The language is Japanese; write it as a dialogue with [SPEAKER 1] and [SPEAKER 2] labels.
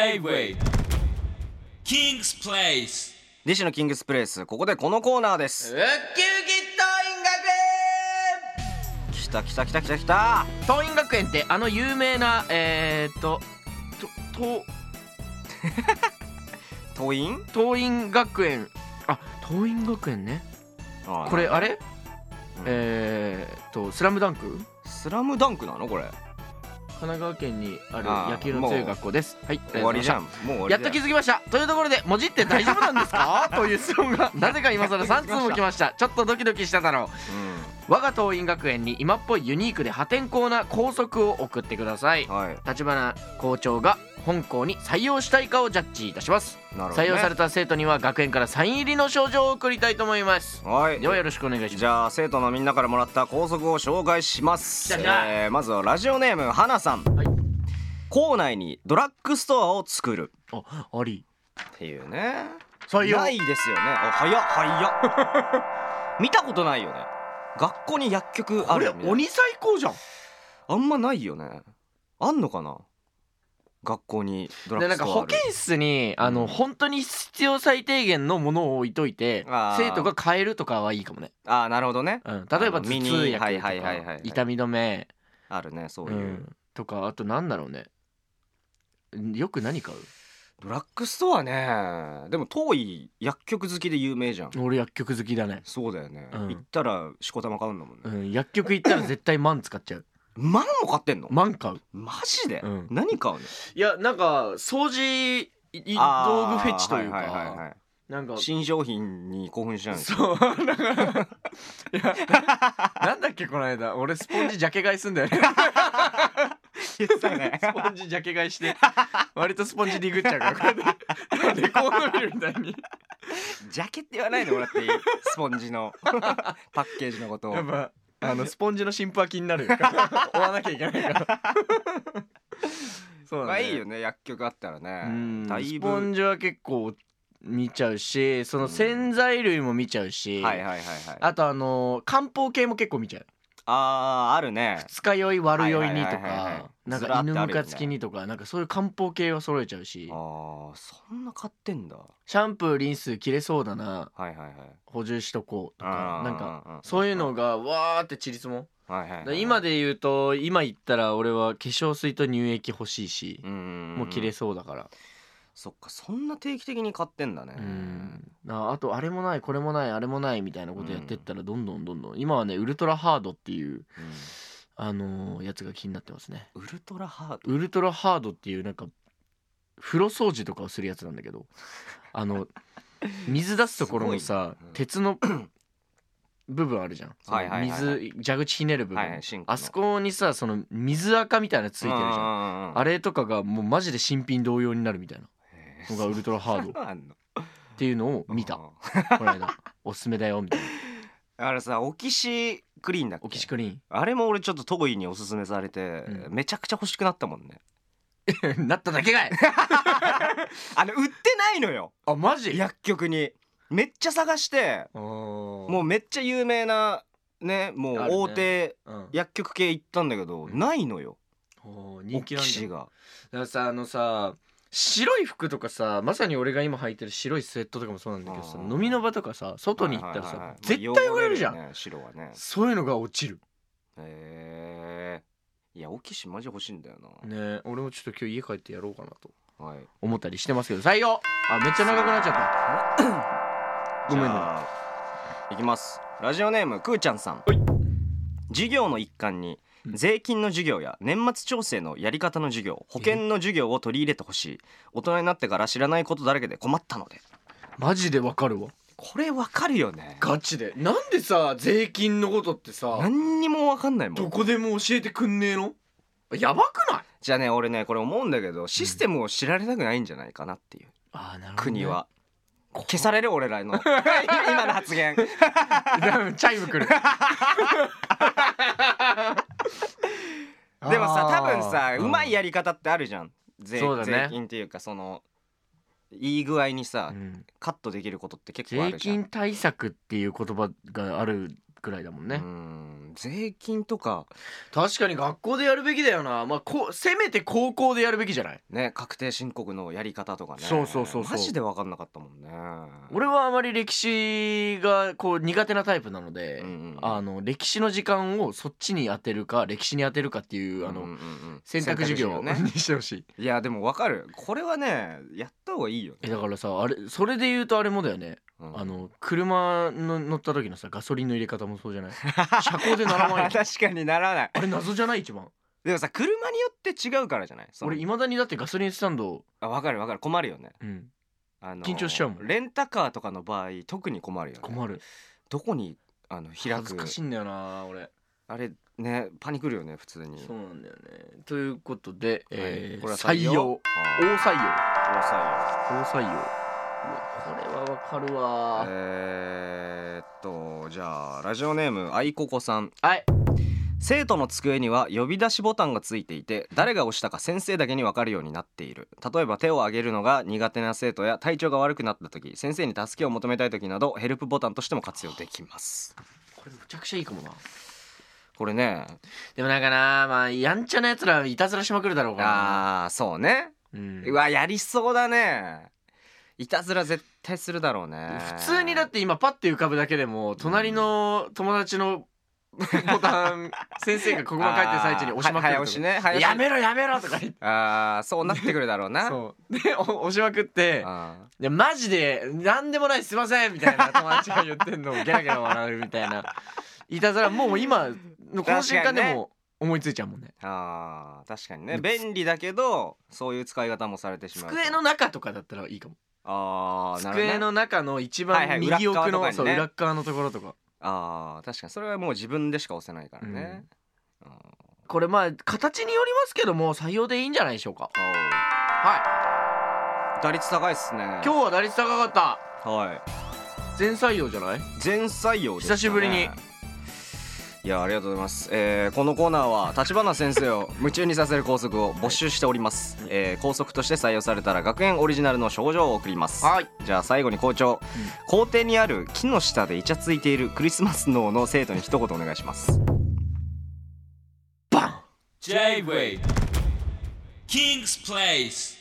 [SPEAKER 1] J-Way King's Place
[SPEAKER 2] 西野キングスプレイスここでこのコーナーで
[SPEAKER 1] ウ
[SPEAKER 2] す
[SPEAKER 1] ッキウキ
[SPEAKER 2] きたきたきたきたきた
[SPEAKER 1] 桐蔭学園桐蔭学園ってあの有名なえー、っととと
[SPEAKER 2] 党員
[SPEAKER 1] 桐蔭学園あ桐蔭学園ね
[SPEAKER 2] あー
[SPEAKER 1] これあれ、
[SPEAKER 2] うん
[SPEAKER 1] えー、っと「スラムダンク
[SPEAKER 2] スラムダンクなのこれ
[SPEAKER 1] 神奈川県にある
[SPEAKER 2] あー
[SPEAKER 1] 野球の強い学校ですはい
[SPEAKER 2] 終わりじゃん
[SPEAKER 1] あ
[SPEAKER 2] もう終わ
[SPEAKER 1] り
[SPEAKER 2] り
[SPEAKER 1] がとうございましたやっと気づきましたというところで文字って大丈夫なんです かという質問がなぜか今更3通も来ましたちょっとドキドキしただろう我が桐蔭学園に今っぽいユニークで破天荒な校則を送ってください
[SPEAKER 2] うんはい
[SPEAKER 1] 立花校長が本校に採用したいかをジャッジいたします、
[SPEAKER 2] なるほど、ね、
[SPEAKER 1] 採用された生徒には学園からサイン入りの賞状を送りたいと思います
[SPEAKER 2] はい
[SPEAKER 1] ではよろしくお願いします
[SPEAKER 2] じゃあ生徒のみんなからもらった校則を紹介します、
[SPEAKER 1] 来た来た
[SPEAKER 2] えーまずはラジオネームはなさん、
[SPEAKER 1] はい
[SPEAKER 2] 校内にドラッグストアを作る
[SPEAKER 1] ああ
[SPEAKER 2] っ
[SPEAKER 1] り
[SPEAKER 2] ていうね
[SPEAKER 1] 採用
[SPEAKER 2] ないですよねあ早っ 早っ見たことないよね学校に薬局あ
[SPEAKER 1] これ
[SPEAKER 2] るみたいな
[SPEAKER 1] 鬼最高じゃん
[SPEAKER 2] あんまないよねあんのかな学校にドラ
[SPEAKER 1] で
[SPEAKER 2] ッグ
[SPEAKER 1] なん
[SPEAKER 2] スト
[SPEAKER 1] か
[SPEAKER 2] ア
[SPEAKER 1] 保
[SPEAKER 2] ある
[SPEAKER 1] 健室にあの本当に必要最低限のものを置いといて
[SPEAKER 2] あー
[SPEAKER 1] 生徒が買えるとかはいいかもね、
[SPEAKER 2] ああなるほどね
[SPEAKER 1] うん、例えば
[SPEAKER 2] あの
[SPEAKER 1] 頭痛
[SPEAKER 2] ミニ
[SPEAKER 1] 薬とか
[SPEAKER 2] はいはいはいはい
[SPEAKER 1] 痛み止め
[SPEAKER 2] あるねそう
[SPEAKER 1] う
[SPEAKER 2] いう、
[SPEAKER 1] ん、とかあとなんだろうねんよく何買う
[SPEAKER 2] ドラッグストアねでも遠い薬局好きで有名じゃん
[SPEAKER 1] 俺薬局好きだね、
[SPEAKER 2] そうだよね、
[SPEAKER 1] うん
[SPEAKER 2] 行ったらしこたま買うんだもんね、
[SPEAKER 1] うん、薬局行ったら絶対マン使っちゃう
[SPEAKER 2] マンも買ってんの、
[SPEAKER 1] マン買う
[SPEAKER 2] マジで、
[SPEAKER 1] うん
[SPEAKER 2] 何買うの
[SPEAKER 1] いやなんか掃除いい道
[SPEAKER 2] あー
[SPEAKER 1] 具フェチというか、
[SPEAKER 2] はいはいはいはい
[SPEAKER 1] なんか
[SPEAKER 2] 新商品に興奮しちゃうんですよ
[SPEAKER 1] そうだからいやなんだっけこの間俺スポンジジャケ買いすんだよ ね
[SPEAKER 2] 言
[SPEAKER 1] スポンジジャケ買いして割とスポンジディグっちゃ うからこれでレコード見るみたいに
[SPEAKER 2] ジャケって言わないでもらっていいスポンジ のパッケージのことを
[SPEAKER 1] やっぱあの スポンジの新婦は気に なるよ追わなきゃいけないからそうな
[SPEAKER 2] ま
[SPEAKER 1] んだ
[SPEAKER 2] あいいよね薬局あったらねだい
[SPEAKER 1] ス
[SPEAKER 2] ぶ
[SPEAKER 1] ポンジは結構見ちゃうしその洗剤類も見ちゃうし、
[SPEAKER 2] はいはいはいはいあ
[SPEAKER 1] あとあの漢方系も結構見ちゃう
[SPEAKER 2] あーあるね
[SPEAKER 1] 二日酔い悪酔いにと
[SPEAKER 2] はいはいはいはい
[SPEAKER 1] かなん
[SPEAKER 2] ずら
[SPEAKER 1] か
[SPEAKER 2] ってある
[SPEAKER 1] 犬
[SPEAKER 2] よね
[SPEAKER 1] むかつきにとかなんかそういう漢方系は揃えちゃうし
[SPEAKER 2] あーそんな買ってんだは
[SPEAKER 1] シャンプーリンス切れそうだない
[SPEAKER 2] はいはい
[SPEAKER 1] 補充しとこうと
[SPEAKER 2] あ
[SPEAKER 1] か
[SPEAKER 2] ー
[SPEAKER 1] なんか
[SPEAKER 2] うんうん
[SPEAKER 1] そういうのがわーってちりつも
[SPEAKER 2] はいはい
[SPEAKER 1] だ
[SPEAKER 2] はい
[SPEAKER 1] か
[SPEAKER 2] は
[SPEAKER 1] ら
[SPEAKER 2] い
[SPEAKER 1] 今で言うと今言ったら俺は化粧水と乳液欲しいし
[SPEAKER 2] うんうんん
[SPEAKER 1] もう切れそうだから
[SPEAKER 2] そっかそんな定期的に買ってんだね
[SPEAKER 1] うんなあとあれもないこれもないあれもないみたいなことやってったらどんどんどんどん今はねウルトラハードっていうあのーやつが気になってますね
[SPEAKER 2] うんウルトラハード
[SPEAKER 1] ウルトラハードっていうなんか風呂掃除とかをするやつなんだけ どあの水出すところのさ
[SPEAKER 2] すごいねうん
[SPEAKER 1] 鉄の部分あるじゃんその
[SPEAKER 2] はいはいはいはい
[SPEAKER 1] 水蛇口ひねる部分、
[SPEAKER 2] はいはいシンクの
[SPEAKER 1] あそこにさその水垢みたいなのついてるじゃ
[SPEAKER 2] ゃ
[SPEAKER 1] んあ
[SPEAKER 2] れ
[SPEAKER 1] れとかがもうマジで新品同様になるみたいなの がウルトラハードっ
[SPEAKER 2] あんの
[SPEAKER 1] ていうのを見た
[SPEAKER 2] うん
[SPEAKER 1] この間おすすめだよみたいな
[SPEAKER 2] あれさオキシクリーンだっ
[SPEAKER 1] オキシ
[SPEAKER 2] け
[SPEAKER 1] クリ
[SPEAKER 2] あれも俺ちょっとトゴイにおすすめされて
[SPEAKER 1] うん
[SPEAKER 2] めちゃくちゃ欲しくなったもんね
[SPEAKER 1] ーンなっただけかい
[SPEAKER 2] あれ売ってないのよ
[SPEAKER 1] あマジ
[SPEAKER 2] 薬局にめっちゃ探しても
[SPEAKER 1] も
[SPEAKER 2] うめっちゃ有名なねもう
[SPEAKER 1] あるね
[SPEAKER 2] 大手
[SPEAKER 1] うん、うん、
[SPEAKER 2] 薬局系行ったんだけど
[SPEAKER 1] うん
[SPEAKER 2] ないのよ
[SPEAKER 1] おー
[SPEAKER 2] オ
[SPEAKER 1] 人
[SPEAKER 2] キ
[SPEAKER 1] 気なんだ
[SPEAKER 2] シが
[SPEAKER 1] だからさあのさ白い服とかさまさに俺が今履いてる白いスウェットとかもそうなんだけどさ
[SPEAKER 2] うん
[SPEAKER 1] 飲みの場とかさ外に行ったら
[SPEAKER 2] はいはいはいは
[SPEAKER 1] さ
[SPEAKER 2] い
[SPEAKER 1] 絶
[SPEAKER 2] まあ
[SPEAKER 1] 対売れるじゃ
[SPEAKER 2] よ
[SPEAKER 1] ん
[SPEAKER 2] ね白はね
[SPEAKER 1] そういうのが落ちる
[SPEAKER 2] へえいやオキシマジ欲しいんだよな
[SPEAKER 1] ね俺もちょっと今日家帰ってやろうかなと
[SPEAKER 2] はい
[SPEAKER 1] 思ったりしてますけど採用あめっちゃ長くなっちゃったごめんね
[SPEAKER 2] じゃあいきますラジオネームくーちゃんさん授業の一環に
[SPEAKER 1] うん
[SPEAKER 2] 税金の授業や年末調整のやり方の授業保険の授業を取り入れてほしい大人になってから知らないことだらけで困ったので
[SPEAKER 1] マジでわかるわ
[SPEAKER 2] これわかるよね
[SPEAKER 1] ガチでなんでさ税金のことってさ
[SPEAKER 2] 何にもわかんないも
[SPEAKER 1] ど
[SPEAKER 2] ん
[SPEAKER 1] こでも教えてくんねえのやばくない
[SPEAKER 2] じゃあね俺ねこれ思うんだけどシステムを知られたくないんじゃないかなっていう
[SPEAKER 1] あーなるほどね
[SPEAKER 2] 国は消される俺ら の今の発言
[SPEAKER 1] 多分 チャ イム来る
[SPEAKER 2] でもさ多分さ
[SPEAKER 1] あー
[SPEAKER 2] うまいやり方ってあるじゃん税
[SPEAKER 1] そうだね
[SPEAKER 2] 税金っていうかそのいい具合にさ
[SPEAKER 1] うん
[SPEAKER 2] カットできることって結構あ
[SPEAKER 1] 税
[SPEAKER 2] るじゃん
[SPEAKER 1] 金対策っていう言葉があるくらいだもん
[SPEAKER 2] う
[SPEAKER 1] ね、
[SPEAKER 2] ん税金とか
[SPEAKER 1] 確かに学校でやるべきだよなまあこうせめて高校でやるべきじゃない
[SPEAKER 2] ね確定申告のやり方とかね
[SPEAKER 1] そうそうそうそう
[SPEAKER 2] マジで分かんなかったもんね
[SPEAKER 1] 俺はあまり歴史がこう苦手なタイプなので、
[SPEAKER 2] うんうんうん
[SPEAKER 1] あの歴史の時間をそっちに当てるか歴史に当てるかっていうあの、
[SPEAKER 2] うんうんうん
[SPEAKER 1] 選択授業
[SPEAKER 2] 選択
[SPEAKER 1] にしてほしい、
[SPEAKER 2] いやでも分かるこれはねやった方がいいよね
[SPEAKER 1] えだからさあれそれで言うとあれもだよね、
[SPEAKER 2] うん
[SPEAKER 1] あ の車の乗った時のさガソリンの入れ方もそうじゃない車高でな らない
[SPEAKER 2] 確かにならない
[SPEAKER 1] あれ謎じゃない一番
[SPEAKER 2] でもさ車によって違うからじゃないその
[SPEAKER 1] 俺いまだにだってガソリンスタンド、
[SPEAKER 2] あ分かる分かる困るよね
[SPEAKER 1] うん、
[SPEAKER 2] あの
[SPEAKER 1] 緊張しちゃうもん
[SPEAKER 2] レンタカーとかの場合特に困るよね
[SPEAKER 1] 困る
[SPEAKER 2] どこにあの開く
[SPEAKER 1] 恥ずかしいんだよな俺
[SPEAKER 2] あれねパニクるよね普通に
[SPEAKER 1] そうなんだよねということで、えー
[SPEAKER 2] これは
[SPEAKER 1] 採用
[SPEAKER 2] あ
[SPEAKER 1] 大
[SPEAKER 2] ー
[SPEAKER 1] 採用
[SPEAKER 2] 大
[SPEAKER 1] 大採用うわこれはわかるわ
[SPEAKER 2] 採用えーっとじゃあラジオネームあいここさん
[SPEAKER 1] はい
[SPEAKER 2] 生徒の机には呼び出しボタンがついていて誰が押したか先生だけに分かるようになっている例えば手を挙げるのが苦手な生徒や体調が悪くなった時先生に助けを求めたい時などヘルプボタンとしても活用できます
[SPEAKER 1] これむちゃくちゃいいかもな
[SPEAKER 2] これね
[SPEAKER 1] でもなんかなまあやんちゃなやつらいたずらしまくるだろうから
[SPEAKER 2] あーそうね
[SPEAKER 1] なうん
[SPEAKER 2] うわやりそうだねいたずら絶対するだろうね
[SPEAKER 1] 普通にだって今パッて浮かぶだけでも隣の友達のボ タン先生が黒板書いてる最中に押しまく
[SPEAKER 2] あーは早
[SPEAKER 1] ると
[SPEAKER 2] 押し
[SPEAKER 1] か
[SPEAKER 2] ね早押し
[SPEAKER 1] やめろやめろとか言って
[SPEAKER 2] あーそうなってくるだろうな
[SPEAKER 1] そうでお押しまくって
[SPEAKER 2] あ
[SPEAKER 1] いやマジで何でもないすいませんみたいな友達が言って んのをゲラゲラ笑うみたいないたずらもう今のこの瞬間で
[SPEAKER 2] 確かに
[SPEAKER 1] も思いついちゃうもんね
[SPEAKER 2] ーあー確かにね便利だけどそういう使い方もされてしまうと
[SPEAKER 1] 机の中とかだったらいいかも
[SPEAKER 2] あーなるほどね
[SPEAKER 1] 机の中の一
[SPEAKER 2] はいは
[SPEAKER 1] 番
[SPEAKER 2] い
[SPEAKER 1] 右奥の
[SPEAKER 2] 裏っ側とかにね
[SPEAKER 1] そう裏っ側のところとか
[SPEAKER 2] あー確かにそれはもう自分でしか押せないからね、うん
[SPEAKER 1] これまあ形によりますけども採用でいいんじゃないでしょうか
[SPEAKER 2] あ
[SPEAKER 1] は
[SPEAKER 2] ー打率高いっすね
[SPEAKER 1] い今日は打率高かった
[SPEAKER 2] はい
[SPEAKER 1] 全採用じゃない
[SPEAKER 2] 全採用でした、ね、
[SPEAKER 1] 久しぶりに
[SPEAKER 2] いやありがとうございます、えーこのコーナーは立花先生 を夢中にさせる校則を募集しております、えー校則として採用されたら学園オリジナルの賞状を送ります
[SPEAKER 1] はい
[SPEAKER 2] じゃあ最後に校長、校庭にある木の下でイチャついているクリスマス脳の生徒に一言お願いします
[SPEAKER 1] バン
[SPEAKER 3] J-Way King's Place